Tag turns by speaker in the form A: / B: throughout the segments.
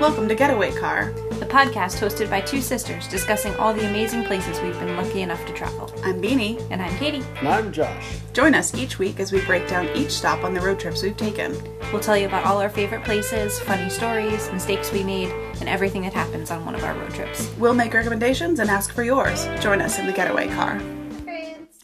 A: Welcome to Getaway Car.
B: the podcast hosted by two sisters discussing all the amazing places we've been lucky enough to travel.
A: I'm Beanie.
B: And I'm Katie.
C: And I'm Josh.
A: Join us each week as we break down each stop on the road trips we've taken.
B: We'll tell you about all our favorite places, funny stories, mistakes we made, and everything that happens on one of our road trips.
A: We'll make recommendations and ask for yours. Join us in the Getaway Car.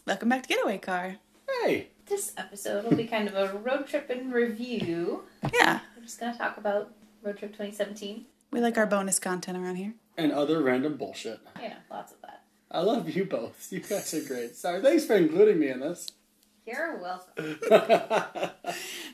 A: Welcome back to Getaway Car.
C: Hey.
D: This episode will be kind of a road trip and review.
A: Yeah,
D: We're just going to talk about road trip 2017.
A: we like our bonus content around here.
C: And other random bullshit.
D: Yeah, lots of that.
C: I love you both. You guys are great. Sorry, thanks for including me in this.
D: You're welcome.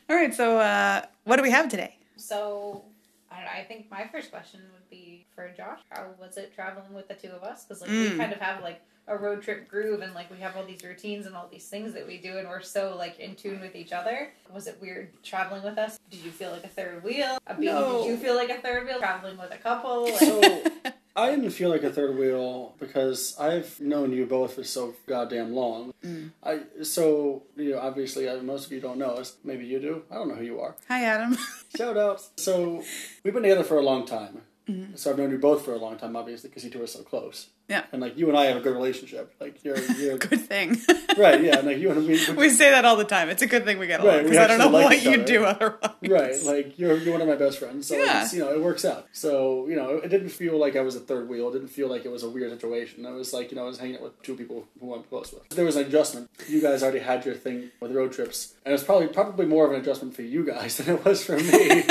A: All right, so uh, what do we have today?
D: So, I don't know. I think my first question would be for Josh. How was it traveling with the two of us? Because like
A: Mm.
D: we kind of have like a road trip groove, and like we have all these routines and all these things that we do, and we're so like in tune with each other. Was it weird traveling with us? Did you feel like a third wheel? I mean,
C: No.
D: Did you feel like a third wheel traveling with a couple?
C: So,
D: Like,
C: I didn't feel like a third wheel because I've known you both for so goddamn long. I so you know obviously I, most of you don't know us. Maybe you do. I don't know who you are.
A: Hi, Adam.
C: Shout out. So we've been together for a long time. So I've known you both for a long time, obviously, because you two are so close.
A: Yeah.
C: And like you and I have a good relationship. Like you're, you're
A: Good thing.
C: right. Yeah. And like you and me,
A: we say that all the time. It's a good thing we get
C: Right,
A: along
C: we
A: because I don't know
C: actually like
A: what
C: each
A: you
C: other.
A: do otherwise.
C: Right, like you're, you're one of my best friends, so
A: Yeah.
C: it's, you know it works out. So you know it didn't feel like I was a third wheel. It didn't feel like it was a weird situation. I was like you know I was hanging out with two people who I'm close with. There was an adjustment. You guys already had your thing with road trips, and it's probably probably more of an adjustment for you guys than it was for me.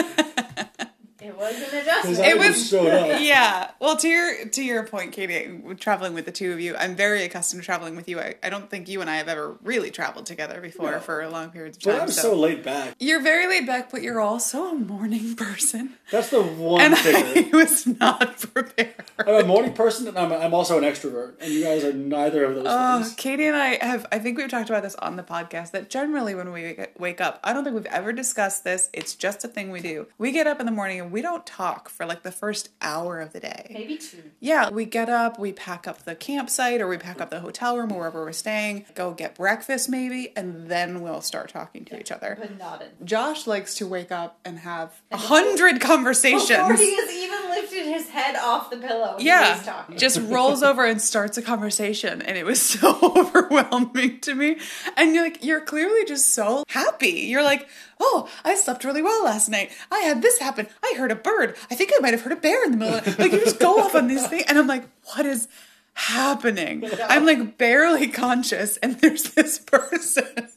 D: it was an
C: 'Cause
D: adjustment.
C: I
A: It was-
C: just showed up.
A: yeah. Well, to your to your point, Katie, traveling with the two of you, I'm very accustomed to traveling with you. I, I don't think you and I have ever really traveled together before
C: No.
A: for long periods of time.
C: But I'm so laid back.
A: You're very laid back, but you're also a morning person.
C: That's the one
A: And
C: thing.
A: I was not prepared.
C: I'm a morning person, and I'm, I'm also an extrovert. And you guys are neither of those
A: Oh,
C: things.
A: Katie and I have, I think we've talked about this on the podcast that generally when we wake- wake up, I don't think we've ever discussed this. It's just a thing we do. We get up in the morning and we don't talk for like the first hour of the day.
D: Maybe two.
A: Yeah, we get up, we pack up the campsite or we pack up the hotel room or wherever we're staying, go get breakfast maybe, and then we'll start talking to each other.
D: But not in.
A: Josh likes to wake up and have a hundred
D: Before
A: conversations.
D: he has even lifted his head off the pillow when yeah. he's
A: Yeah,
D: talking.
A: just rolls over and starts a conversation, and it was so overwhelming to me. And you're like, you're clearly just so happy. You're like, oh, I slept really well last night. I had this happen. I heard a bird. I think I might have heard a bear in the middle. Of like you just go off on these things, and I'm like, what is happening? I'm like barely conscious, and there's this person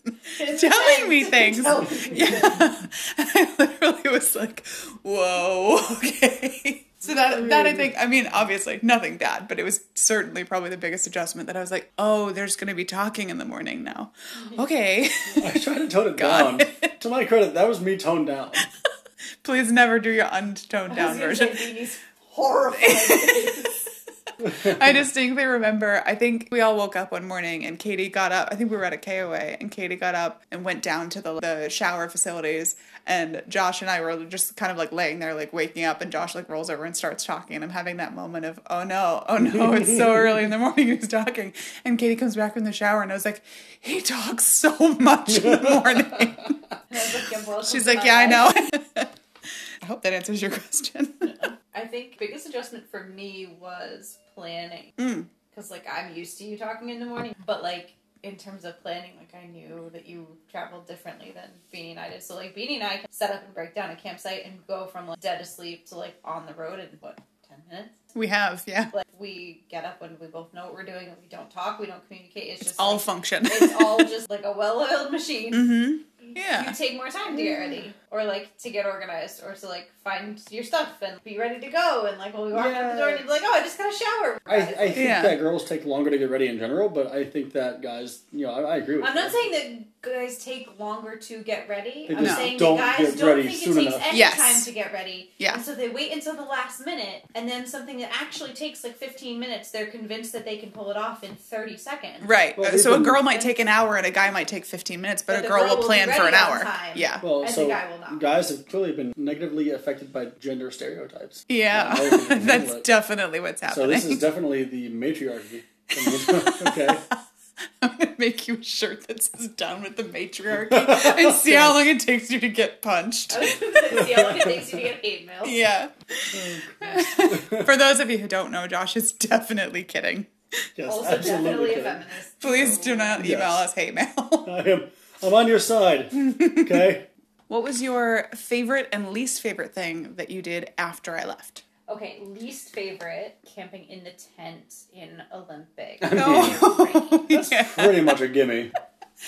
A: telling me things.
D: Telling you.
A: Yeah. I literally was like, whoa, okay. So that, that I think, I mean, obviously nothing bad, but it was certainly probably the biggest adjustment that I was like, oh, there's going to be talking in the morning now.
D: Mm-hmm.
A: Okay.
C: I tried to tone it
A: God.
C: down. To my credit, that was me toned down.
A: Please never do your untoned
D: I
A: down
D: was gonna
A: version.
D: say, Beanie's horrified.
A: I distinctly remember, I think we all woke up one morning and Katie got up. I think we were at a KOA and Katie got up and went down to the, the shower facilities. And Josh and I were just kind of like laying there, like waking up. And Josh like rolls over and starts talking. And I'm having that moment of, oh no, oh no, it's so early in the morning. Who's talking? And Katie comes back from the shower and I was like, he talks so much in the morning.
D: And I was like, "Yeah, welcome
A: She's
D: to
A: like,
D: my
A: yeah, I
D: life."
A: know. I hope that answers your question.
D: I think biggest adjustment for me was planning. Because, like, I'm used to you talking in the morning. But, like, in terms of planning, like, I knew that you traveled differently than Beanie and I did. So, like, Beanie and I can set up and break down a campsite and go from, like, dead asleep to, like, on the road in, what, 10 minutes?
A: we have, yeah.
D: Like, we get up when we both know what we're doing and we don't talk, we don't communicate. It's, just
A: All
D: like,
A: function.
D: it's all just like a well-oiled machine.
A: yeah.
D: You take more time to get ready, or like to get organized, or to like find your stuff and be ready to go. And like when we walk out the door, and you'd be like, "Oh, I just got a shower."
C: I, I think
A: Yeah.
C: that girls take longer to get ready in general, but I think that guys, you know, I, I agree with
D: I'm
C: you.
D: not saying that guys take longer to get ready.
C: They
D: I'm
C: just
D: saying
C: don't
D: that
C: get
D: guys don't
C: ready
D: think it
C: soon
D: takes
C: enough.
D: any
A: Yes.
D: time to get ready.
A: Yeah.
D: And so they wait until the last minute, and then something that actually takes like 15 minutes, they're convinced that they can pull it off in 30 seconds.
A: Right.
C: Well,
A: Uh,
C: we've
A: so a
C: been-
A: girl might take an hour and a guy might take 15 minutes, but,
D: But
A: a
D: the
A: girl,
D: girl
A: will
D: will be
A: plan for an
D: ready on
A: hour.
D: time.
A: Yeah.
C: Well,
D: And the
C: so
D: guy will not.
C: guys have clearly been negatively affected by gender stereotypes.
A: yeah.
C: I would think
A: That's
C: that-
A: definitely what's
C: So
A: happening.
C: this is definitely the matriarchy. okay.
A: I'm gonna make you a shirt that says "Down with the Matriarchy" and see how long it takes you to get punched.
D: I was going to see how long it takes you to get hate mail.
A: Yeah.
C: Oh,
A: For those of you who don't know, Josh is definitely kidding.
C: Yes,
D: Also, definitely
C: absolutely.
D: a
C: Kevin.
D: feminist.
A: Please do not email
C: Oh, Yes.
A: us hate mail.
C: I am. I'm on your side. Okay.
A: What was your favorite and least favorite thing that you did after I left?
D: Okay, least favorite camping in the tent in Olympic.
A: Oh, yeah.
C: Pretty much a gimme.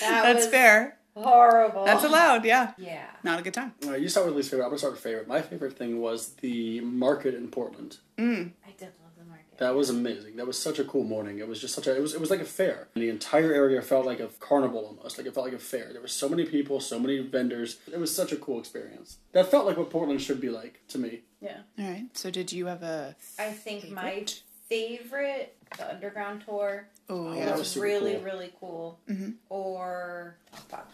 D: That
A: That's
D: was
A: fair.
D: horrible.
A: That's allowed. Yeah,
D: Yeah.
A: not a good time.
C: All right, you start with least favorite. I'm gonna start with favorite. My favorite thing was the market in Portland.
D: I did love the market.
C: That was amazing. That was such a cool morning. It was just such a. It was. It was like a fair. And the entire area felt like a carnival almost. Like it felt like a fair. There were so many people, so many vendors. It was such a cool experience. That felt like what Portland should be like to me.
D: Yeah.
A: All right. So, did you have a?
D: I think my
A: Favorite?
D: favorite, the underground tour,
C: Yeah,
A: Oh,
C: that
A: yeah.
C: was
D: was
C: super
D: really,
C: cool.
D: really cool. Or, oh, fuck.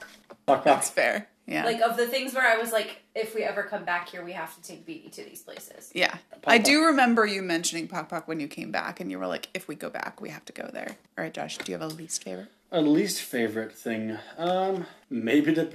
C: Fuck,
A: That's
C: fuck.
A: fair. Yeah.
D: Like, of the things where I was like, if we ever come back here, we have to take BB to these places.
A: yeah. I do remember you mentioning Pock Pock when you came back, and you were like, "If we go back, we have to go there." All right, Josh. Do you have a least favorite?
C: A least favorite thing. Um, maybe the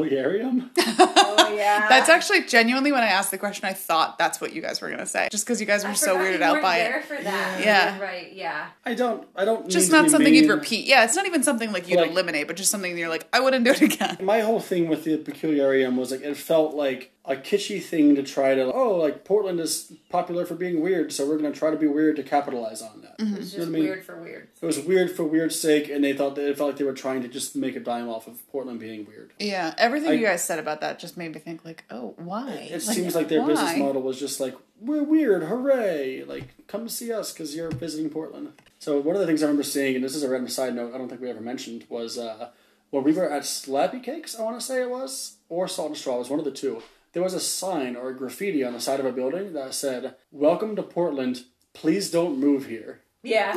C: peculiarium.
D: Oh, yeah.
A: That's actually genuinely when I asked the question, I thought that's what you guys were gonna say, just because you guys were
D: I
A: so
D: forgot
A: weirded
D: you
A: out
D: weren't
A: by
D: there
A: it.
D: for that.
A: Yeah.
D: You're right, yeah.
C: I don't. I don't. mean
A: Just
C: to
A: not
C: be
A: something
C: mean.
A: you'd repeat. Yeah, it's not even something like you'd
C: Like-
A: eliminate, but just something that you're like, I wouldn't do it again.
C: My whole thing with the peculiarium was like it felt like a kitschy thing to try to oh like Portland is popular for being weird, so we're gonna try to be weird to capitalize on that.
A: Mm-hmm.
D: It's
C: You know
D: just
C: what I mean?
D: weird for weird.
C: It was weird for weird's sake, and they thought that it felt like they were trying to just make a dime off of Portland being weird.
A: Yeah, everything
C: I-
A: you guys said about that just made me think like, oh, why?
C: It seems like their business
A: why?
C: model was just like we're weird, hooray! Like come see us because you're visiting Portland. So one of the things I remember seeing, and this is a random side note, I don't think we ever mentioned, was uh, when we were at Slappy Cakes, I want to say it was, or Salt and Straw, it was one of the two. There was a sign or a graffiti on the side of a building that said, "Welcome to Portland. Please don't move here."
D: Yeah,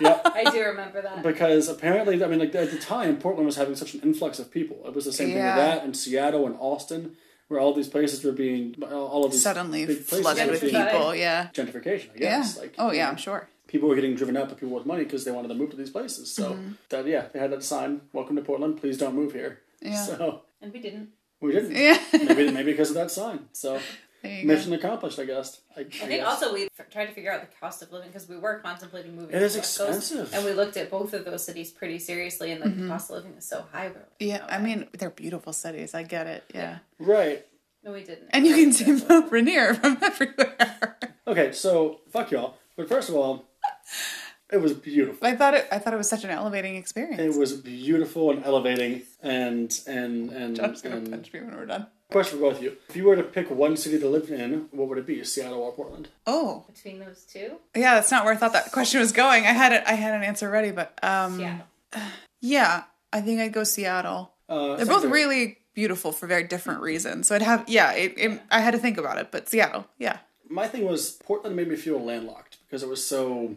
C: Yep.
D: I do remember that.
C: because apparently, I mean, like at the time, Portland was having such an influx of people. It was the same
A: Yeah.
C: thing with that, and Seattle and Austin, where all these places were being all of these
A: Suddenly
C: big places
A: flooded
C: were
A: with
C: being-
A: people. Yeah.
C: Gentrification, I
A: Yeah.
C: guess. Like,
A: oh yeah, I'm sure.
C: people were getting driven out by people with money because they wanted to move to these places. So
A: Mm-hmm.
C: that yeah, they had that sign: "Welcome to Portland. Please don't move here."
A: Yeah.
C: So
D: and we didn't.
C: we didn't.
A: Yeah.
C: maybe maybe because of that sign. So
A: There you go.
C: mission accomplished, I guess. I, I
D: I think
C: guess.
D: also we f- tried to figure out the cost of living because we were contemplating moving.
C: It
D: to
C: is
D: the West Coast,
C: expensive.
D: and we looked at both of those cities pretty seriously, and like the cost of living is so high. we were like,
A: Mm-hmm. Yeah,
D: no
A: I
D: way.
A: mean they're beautiful cities. I get it. Yeah,
C: right.
D: no, we didn't.
A: and you can
D: It
A: see
D: was
A: Mount Rainier from everywhere.
C: Okay, so fuck y'all. But first of all, it was beautiful.
A: I thought it. I thought it was such an elevating experience.
C: It was beautiful and elevating, and and and.
A: Josh's gonna
C: and-
A: punch me when we're done.
C: question for both of you: If you were to pick one city to live in, what would it be? Seattle or Portland?
A: Oh,
D: between those two,
A: yeah, that's not where I thought that question was going. I had it. I had an answer ready, but um,
D: yeah,
A: yeah, I think I'd go Seattle.
C: Uh,
A: They're both really beautiful for very different reasons. So I'd have yeah. It, it, I had to think about it, but Seattle, yeah.
C: My thing was Portland made me feel landlocked because it was so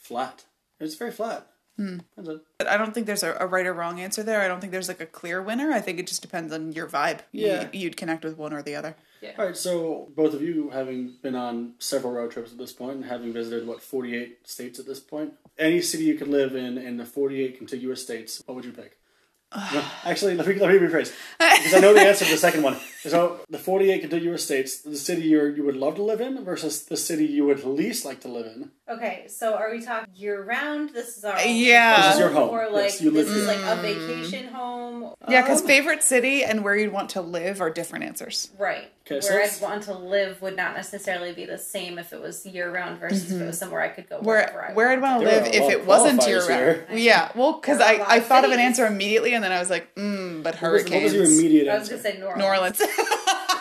C: flat. It was very flat. That's it.
A: But I don't think there's a, a right or wrong answer there. I don't think there's like a clear winner. I think it just depends on your vibe.
C: Yeah.
A: You, would connect with one or the other.
C: All right, so both of you having been on several road trips at this point and having visited what forty-eight states at this point, any city you could live in in the forty-eight contiguous states, what would you pick? No, actually, let me let me rephrase because I know the answer to the second one. So the forty-eight contiguous states, the city you you would love to live in versus the city you would least like to live in.
D: Okay, so are we talking year round? This is our
A: Uh, Yeah. Mm-hmm. This is
C: your home.
D: or like
C: Yes, you
D: this
C: live
D: is like a vacation home,
A: Yeah, because favorite city and where you'd want to live are different answers.
D: right?
C: Okay, so
D: Where
C: that's-
D: I'd want to live would not necessarily be the same if it was year round versus if it was somewhere I could go wherever
A: Mm-hmm. Where
D: I
A: where I'd
D: wanted.
A: want to
C: There are
A: live
C: a
A: if
C: lot
A: it
C: of
A: wasn't
C: qualifiers
A: your
C: here.
A: Yeah, well, because
D: There are a
A: I,
D: lot
A: I
D: of
A: thought of an
D: cities.
A: answer immediately, and then I was like, mm, but
C: What was,
A: hurricanes.
C: what was your immediate
D: I was
C: answer?
D: gonna say New Orleans.
A: New Orleans.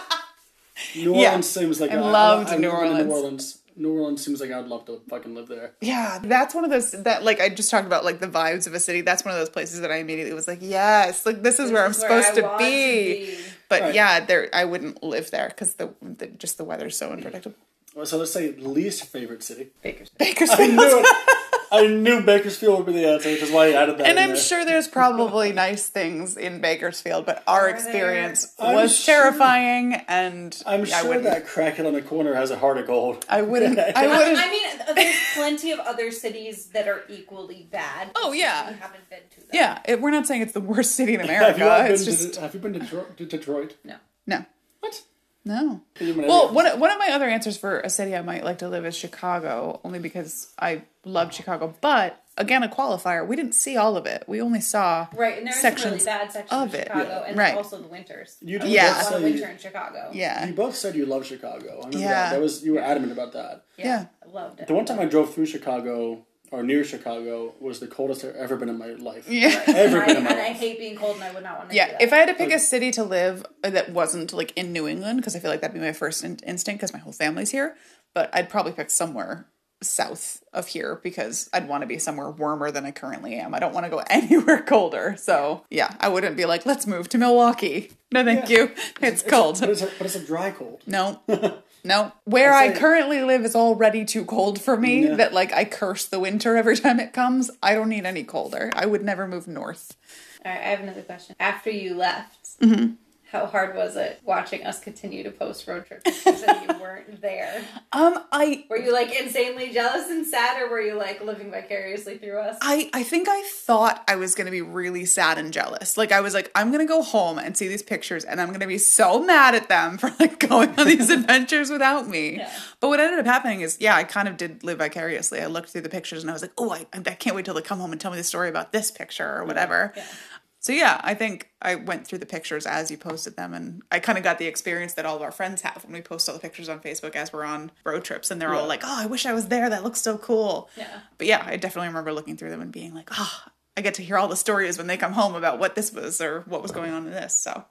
C: New
A: Yeah.
C: Orleans seems like
A: I
C: I- I-
A: loved
C: I've
A: New
C: never been to
A: Orleans.
C: New Orleans. New Orleans seems like I'd love to fucking live there.
A: yeah, that's one of those that like I just talked about like the vibes of a city. That's one of those places that I immediately was like, yes, like this is where I'm
D: is where I
A: supposed to,
D: want
A: be.
D: to be.
A: But
C: Right.
A: yeah, there I wouldn't live there because the, the just the weather's so unpredictable.
C: Well, So let's say least favorite city.
D: Bakersfield.
A: Bakersfield.
C: I knew it. I knew Bakersfield would be the answer, which is why I added that.
A: And
C: in
A: I'm
C: there.
A: sure there's probably nice things in Bakersfield, but our
D: there-
A: experience
C: I'm
A: was
C: sure-
A: terrifying, and
C: I'm
A: I
C: sure
A: wouldn't.
C: that crackhead on the corner has a heart of gold.
A: I wouldn't. I wouldn't.
D: I mean, uh, there's plenty of other cities that are equally bad.
A: Oh, yeah.
D: We haven't been to them.
A: yeah, it, we're not saying it's the worst city in
C: Have you, all
A: America.
C: been
A: It's
C: to,
A: just
C: have you been to, Dro- to Detroit?
D: No.
A: no,
C: What?
A: no.
C: You mean
A: Well,
C: every-
A: one one of my other answers for a city I might like to live is Chicago, only because I love Chicago. But again, a qualifier: we didn't see all of it. We only saw
D: Right, and there's
A: sections
D: some really bad sections
A: of
D: of
A: it.
D: Chicago,
A: Yeah.
D: and
A: Right.
D: also the winters.
C: You
D: I
C: do
D: lived a
A: Yeah.
D: lot
C: say-
D: of winter in Chicago.
C: you
A: Yeah,
C: both said you love Chicago. I remember
A: Yeah.
C: that. that was you were adamant about that.
A: Yeah.
D: I loved it.
C: The one time I drove through Chicago or near Chicago was the coldest I've ever been in my life.
A: yeah.
C: Ever
D: I,
C: been in my
D: and I
C: life.
D: hate being cold, and I would not want to.
A: Yeah,
D: do that.
A: if I had to pick a city to live uh, that wasn't like in New England, because I feel like that'd be my first in- instinct, because my whole family's here. But I'd probably pick somewhere south of here because I'd want to be somewhere warmer than I currently am. I don't want to go anywhere colder. So yeah, I wouldn't be like, let's move to Milwaukee. No, thank
C: Yeah.
A: you. It's, cold.
C: But it's a, but it's a dry cold.
A: no, no. Where I
C: like-
A: currently live is already too cold for me.
C: Yeah.
A: That like I curse the winter every time it comes. I don't need any colder. I would never move north.
D: All right, I have another question. After you left,
A: Mm-hmm.
D: how hard was it watching us continue to post road trips and you weren't there?
A: Um, I
D: Were you like insanely jealous and sad, or were you like living vicariously through us?
A: I, I think I thought I was gonna be really sad and jealous. Like I was like, I'm gonna go home and see these pictures and I'm gonna be so mad at them for like going on these adventures without me.
D: Yeah.
A: But what ended up happening is, yeah, I kind of did live vicariously. I looked through the pictures and I was like, oh, I, I can't wait till they come home and tell me the story about this picture or whatever. So yeah, I think I went through the pictures as you posted them, and I kind of got the experience that all of our friends have when we post all the pictures on Facebook as we're on road trips, and they're all
C: Yeah.
A: like, "Oh, I wish I was there. That looks so cool."
D: Yeah.
A: But yeah, I definitely remember looking through them and being like, "Ah, I get to hear all the stories when they come home about what this was or what was going on in this." So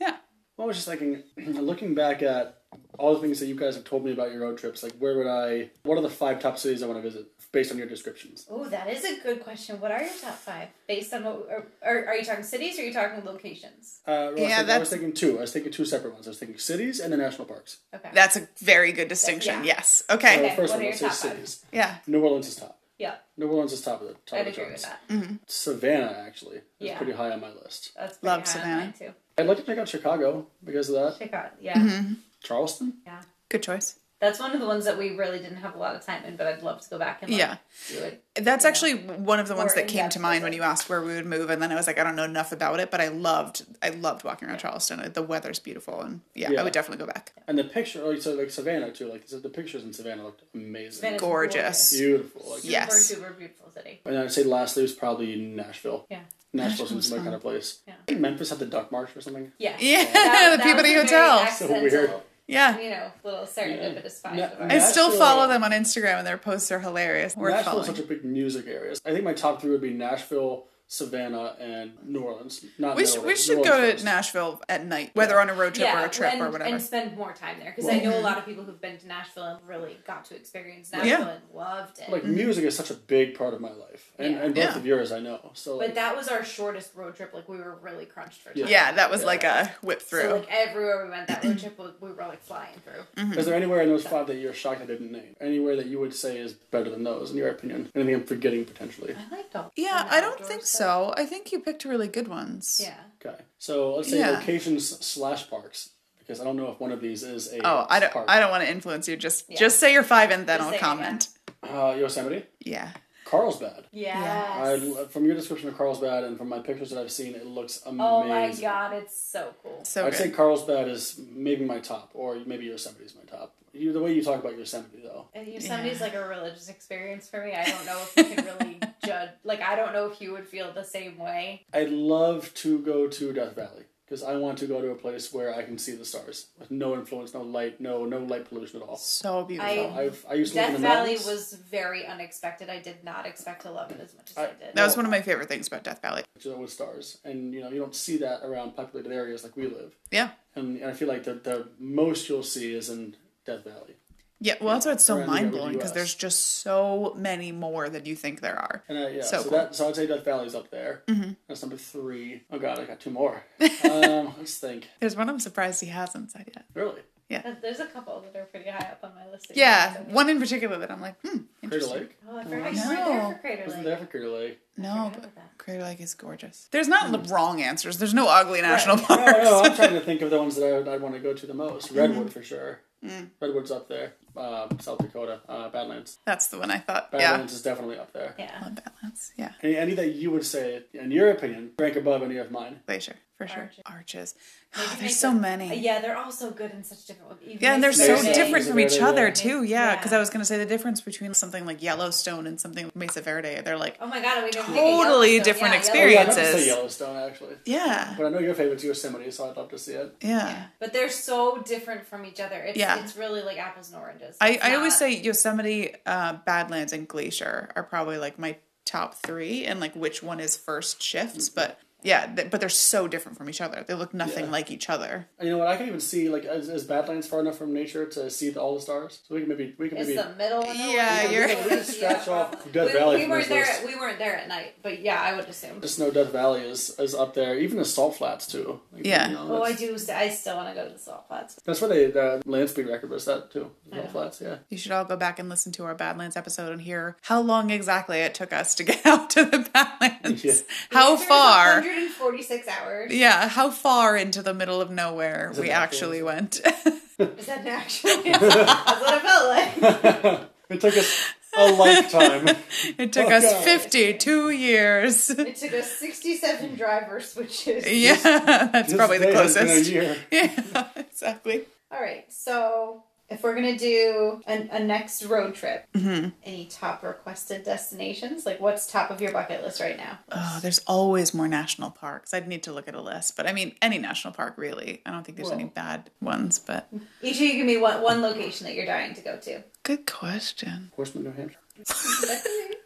A: yeah,
C: Well, I was just thinking, looking back at all the things that you guys have told me about your road trips, like where would I? What are the five top cities I want to visit based on your descriptions?
D: Oh, that is a good question. What are your top five based on what? Or, or are you talking cities or are you talking locations?
C: Uh, well,
A: Yeah,
C: I, was thinking, I was
A: that's-
C: thinking two. I was thinking two separate ones. I was thinking cities and the national parks.
D: Okay.
A: that's a very good distinction.
D: yeah.
A: Yes. Okay.
C: So
D: Okay,
C: first
D: what
C: one,
D: are
C: let's say
D: your top five?
C: cities.
A: Yeah.
C: New Orleans is top.
D: yeah,
C: New Orleans is top of the top
D: I'd
C: of the
D: agree with
C: charts.
D: that.
A: Mm-hmm.
C: Savannah actually is
D: Yeah.
C: pretty high on my list.
D: That's pretty
A: Love
D: high on mine, too.
C: I'd like to check out Chicago because of that.
D: Chicago, yeah,
A: Mm-hmm.
C: Charleston.
D: yeah.
A: Good choice.
D: That's one of the ones that we really didn't have a lot of time in, but I'd love to go back and like,
A: Yeah.
D: do it.
A: That's actually one of the ones
D: Or
A: that came
D: in-depth
A: to mind when
D: visit.
A: you asked where we would move, and then I was like, I don't know enough about it, but I loved, I loved walking around Charleston. The weather's beautiful, and yeah,
C: Yeah.
A: I would definitely go back.
C: And the picture, like so, like Savannah too. Like so the pictures in Savannah looked amazing,
D: Savannah's
A: Gorgeous.
C: beautiful. Like,
A: Yeah. Yes.
D: Super, super beautiful city.
C: And I'd say lastly was probably Nashville.
D: Yeah.
C: Nashville seems my kind of place.
D: Yeah.
C: Didn't Memphis have the Duck March or something?
D: Yeah.
A: Yeah,
D: That-
A: the
D: that
A: Peabody
D: was a very
A: Hotel.
C: So
D: accidental,
A: Yeah,
D: You know, little serendipitous find.
C: Yeah.
D: of
A: I
D: ours.
C: Yeah.
A: still
C: Nashville-
A: follow them on Instagram, and their posts are hilarious. Worth
C: Nashville's
A: following.
C: such a big music area. I think my top three would be Nashville, Savannah, and New Orleans. Not
A: we
C: New
A: should, we
C: Orleans,
A: should
C: New
A: go
C: Orleans
A: to
C: first.
A: Nashville at night, whether on a road trip or a trip
D: and,
A: or whatever.
D: and spend more time there because I know a lot of people who've been to Nashville and really got to experience Nashville
A: Yeah.
D: and loved it.
C: Like music is such a big part of my life, and,
D: Yeah.
C: and both
A: Mm-hmm. Yeah.
C: of yours, I know. So like,
D: but that was our shortest road trip. Like we were really crunched for time.
A: yeah, that was like a whip through.
D: So like everywhere we went that road trip, we- we were like flying through.
A: Mm-hmm.
C: is there anywhere in those five that you're shocked I didn't name? Anywhere that you would say is better than those, in your opinion? Anything I'm forgetting potentially?
A: Uh,
D: I liked all.
A: yeah,
D: the
A: I don't
D: outdoor
A: think
D: stuff.
A: so. I think you picked really good ones.
D: Yeah.
C: Okay, so let's say
A: Yeah.
C: locations slash parks because I don't know if one of these is a.
A: Oh, I don't.
C: Park.
A: I don't want to influence you. Just,
D: Yeah.
A: just say your five, and then
D: Just
A: I'll
D: say it, yeah.
A: comment.
C: Uh, Yosemite,
A: Yeah.
C: Carlsbad. I,
D: Yes.
C: from your description of Carlsbad and from my pictures that I've seen, it looks amazing.
D: oh my god, it's so cool.
A: So
C: I'd
A: good.
C: say Carlsbad is maybe my top, or maybe Yosemite's my top. You, the way you talk about Yosemite, though.
D: And Yosemite's
A: Yeah.
D: like a religious experience for me. I don't know if you can really judge. Like I don't know if you would feel the same way.
C: I'd love to go to Death Valley because I want to go to a place where I can see the stars with no influence, no light, no no light pollution at all.
A: so beautiful.
D: I-
C: I've, I used to live
D: Death
C: in the
D: Valley
C: mountains.
D: was very unexpected. I did not expect to love it as much as I,
C: I-
D: did.
A: That was one of my favorite things about Death Valley.
C: which are with stars, and you know you don't see that around populated areas like we live.
A: Yeah.
C: And I feel like the the most you'll see is in Death Valley.
A: Yeah. Well, that's why it's so
C: Around the
A: mind blowing because
C: US.
A: there's just so many more than you think there are.
C: And I, yeah,
A: So
C: so,
A: cool. Mm-hmm.
C: that so I'd say Death Valley's up there. That's number three. Oh god, I got two more. um, let's think.
A: There's one I'm surprised he hasn't said yet.
C: Really,
D: Uh, There's a couple that are pretty high up on my list.
A: Yeah. One in particular that I'm like, hmm,
C: Crater
A: Interesting.
C: Lake.
D: Oh, I
A: Oh,
D: forgot you were there
A: no.
D: for Crater
C: Wasn't
D: Lake.
C: there for Crater Lake?
D: I
A: No,
D: forgot
A: but
D: about that.
A: Crater Lake is gorgeous. There's not the wrong answers. There's no ugly national
D: Right.
C: Hmm. No, Oh, no, I'm
A: parks.
C: trying to think of the ones that I would, I'd want to go to the most.
A: Mm-hmm.
C: Redwood for sure.
A: Mm.
C: Redwood's up there. Uh, South Dakota. Uh, Badlands.
A: That's the one I thought. Yeah.
C: Badlands is definitely up there.
A: I
D: Yeah.
A: love Badlands. Yeah.
C: Any, any that you would say, in your opinion, rank above any of mine?
A: Glacier, for sure.
D: Arches.
A: Arches.
D: Maybe make
A: Oh, there's so
D: a-
A: many.
D: Uh, Yeah, they're all so good in such different ways. Even
A: Yeah, and they're
D: Mesa
A: so
C: Mesa
D: Verde.
A: different
C: Mesa
A: from each
C: Verde,
A: other
C: yeah.
A: too. Yeah,
D: Yeah.
A: because I was gonna say the difference between something like Yellowstone and something like Mesa Verde. They're like,
D: Oh my god, we didn't
A: Totally
D: think of Yellowstone.
A: different
D: Yeah,
C: Oh, yeah, I'd
A: experience.
C: love to
A: Experiences.
C: say Yellowstone, actually.
A: yeah,
C: But I know your favorite's Yosemite, so I'd love to see it.
A: yeah.
D: But they're so different from each other. It's,
A: Yeah.
D: it's really like apples and oranges.
A: I,
D: It's
A: I always
D: not-
A: say Yosemite, uh, Badlands, and Glacier are probably like my top three, and like which one is first shifts. But yeah, th- but they're so different from each other. They look nothing
C: Yeah.
A: like each other.
C: And you know what? I can even see like is, is Badlands far enough from nature to see the, all the stars. So we can maybe we can
D: it's
C: maybe
D: the middle. and the
A: Yeah,
D: orange.
A: you're-
C: we can scratch off
D: We,
C: Death Valley
D: we
C: from
D: weren't
C: this
D: there.
C: list.
D: We weren't there at night, but yeah, I would assume.
C: Just know Death Valley is, is up there. Even the Salt Flats too. Like,
A: Yeah.
C: you know,
D: Oh, I
C: that's,
D: do. st- I still want to go to the salt flats.
C: that's where they the land speed record was that too. The
D: Yeah.
C: Salt Flats, yeah.
A: You should all go back and listen to our Badlands episode and hear how long exactly it took us to get out to the Badlands.
C: Yeah.
A: How far?
D: 146 hours.
A: Yeah, how far into the middle of nowhere
C: it
A: we
C: an
A: actually went.
D: Is that an actual? That's what it felt like.
C: It took us a lifetime.
A: it took
C: Okay.
A: us 52 years.
D: It took us 67 driver switches.
A: yeah, that's probably the
C: This day has been a
A: closest.
C: year.
A: Yeah, exactly.
D: All right, so if we're gonna do an, a next road trip,
A: Mm-hmm.
D: any top requested destinations? Like, what's top of your bucket list right now?
A: Oh, there's always more national parks. I'd need to look at a list, but I mean, any national park, really. I don't think there's any
C: Well-
A: bad ones, but
D: Each of you give me one one location that you're dying to go to.
A: good question.
C: Horseman, New Hampshire.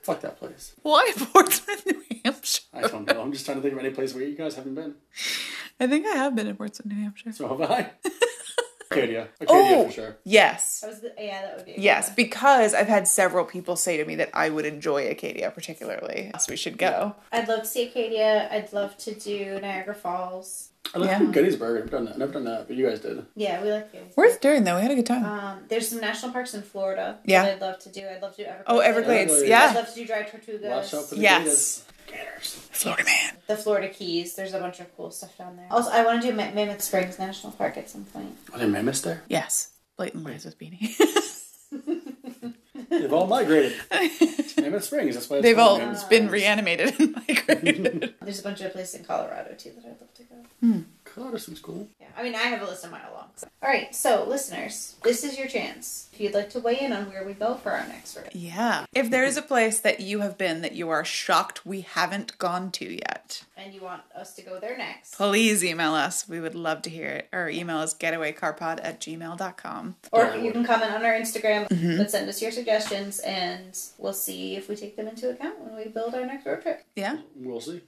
C: Fuck that place.
A: Why Portsmouth, New Hampshire?
C: I don't know. I'm just trying to think of any place where you guys haven't been.
A: I think I have been in Portsmouth, New Hampshire.
C: So have I. Acadia. Acadia
A: Oh,
C: for sure.
A: yes.
D: That was the, yeah, that would be a good
A: Yes,
D: one.
A: because I've had several people say to me that I would enjoy Acadia particularly. So we should go.
D: I'd love to see Acadia. I'd love to do Niagara Falls.
C: I like
A: Yeah.
C: Gettysburg. I've done that. Never done that, but you guys did.
D: Yeah, we like Gettysburg.
A: Worth doing though. We had a good time.
C: Uh,
D: Um, there's some national parks in Florida. that
A: Yeah.
D: I'd love to do. I'd love to do Everglades.
A: oh, Everglades.
C: Everglades.
A: Yeah.
D: I'd love to do Dry Tortugas.
C: Watch out for the
A: Yes.
C: gators.
A: Florida man.
D: the Florida Keys. There's a bunch of cool stuff down there. Also, I want to do Ma- Mammoth Springs National Park at some point.
C: Are there mammoths there?
A: Yes. Blatant lies with Beanie.
C: Oh, They've all migrated. It's Mammoth Springs. That's why it's
A: They've
C: called
A: all
C: Mammoth Springs.
A: been reanimated and migrated.
D: There's a bunch of places in Colorado too that I'd love to go.
C: Colorado seems cool.
D: Yeah, I mean, I have a list a mile long. so- All right, so listeners, this is your chance. If you'd like to weigh in on where we go for our next road,
A: yeah. If there is a place that you have been that you are shocked we haven't gone to yet,
D: and you want us to go there next,
A: please email us. We would love to hear it. Our email is getawaycarpod at gmail.com.
D: or you can comment on our Instagram, but send us your suggestions, and we'll see if we take them into account when we build our next road trip.
A: Yeah.
C: We'll see.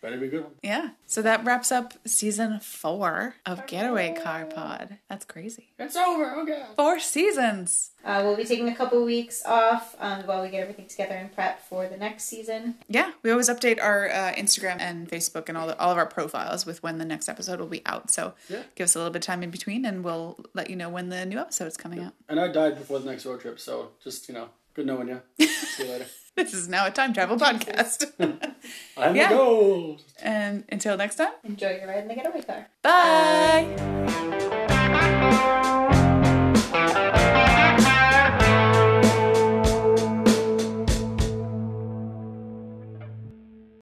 C: Better be a good one.
A: Yeah. So that wraps up season four of Getaway Car Pod. That's crazy.
C: It's over. Oh god.
A: Four seasons.
D: Uh, we'll be taking a couple weeks off um, while we get everything together and prep for the next season.
A: Yeah, we always update our uh, Instagram and Facebook and all the, all of our profiles with when the next episode will be out. So
C: Yeah.
A: give us a little bit of time in between, and we'll let you know when the new episode's coming out.
C: And I died before the next road trip, so just you know, good knowing you. see you later.
A: This is now a time travel podcast.
C: I'm
A: Yeah.
C: the ghost.
A: and until next time,
D: Enjoy your ride in the getaway car.
A: bye.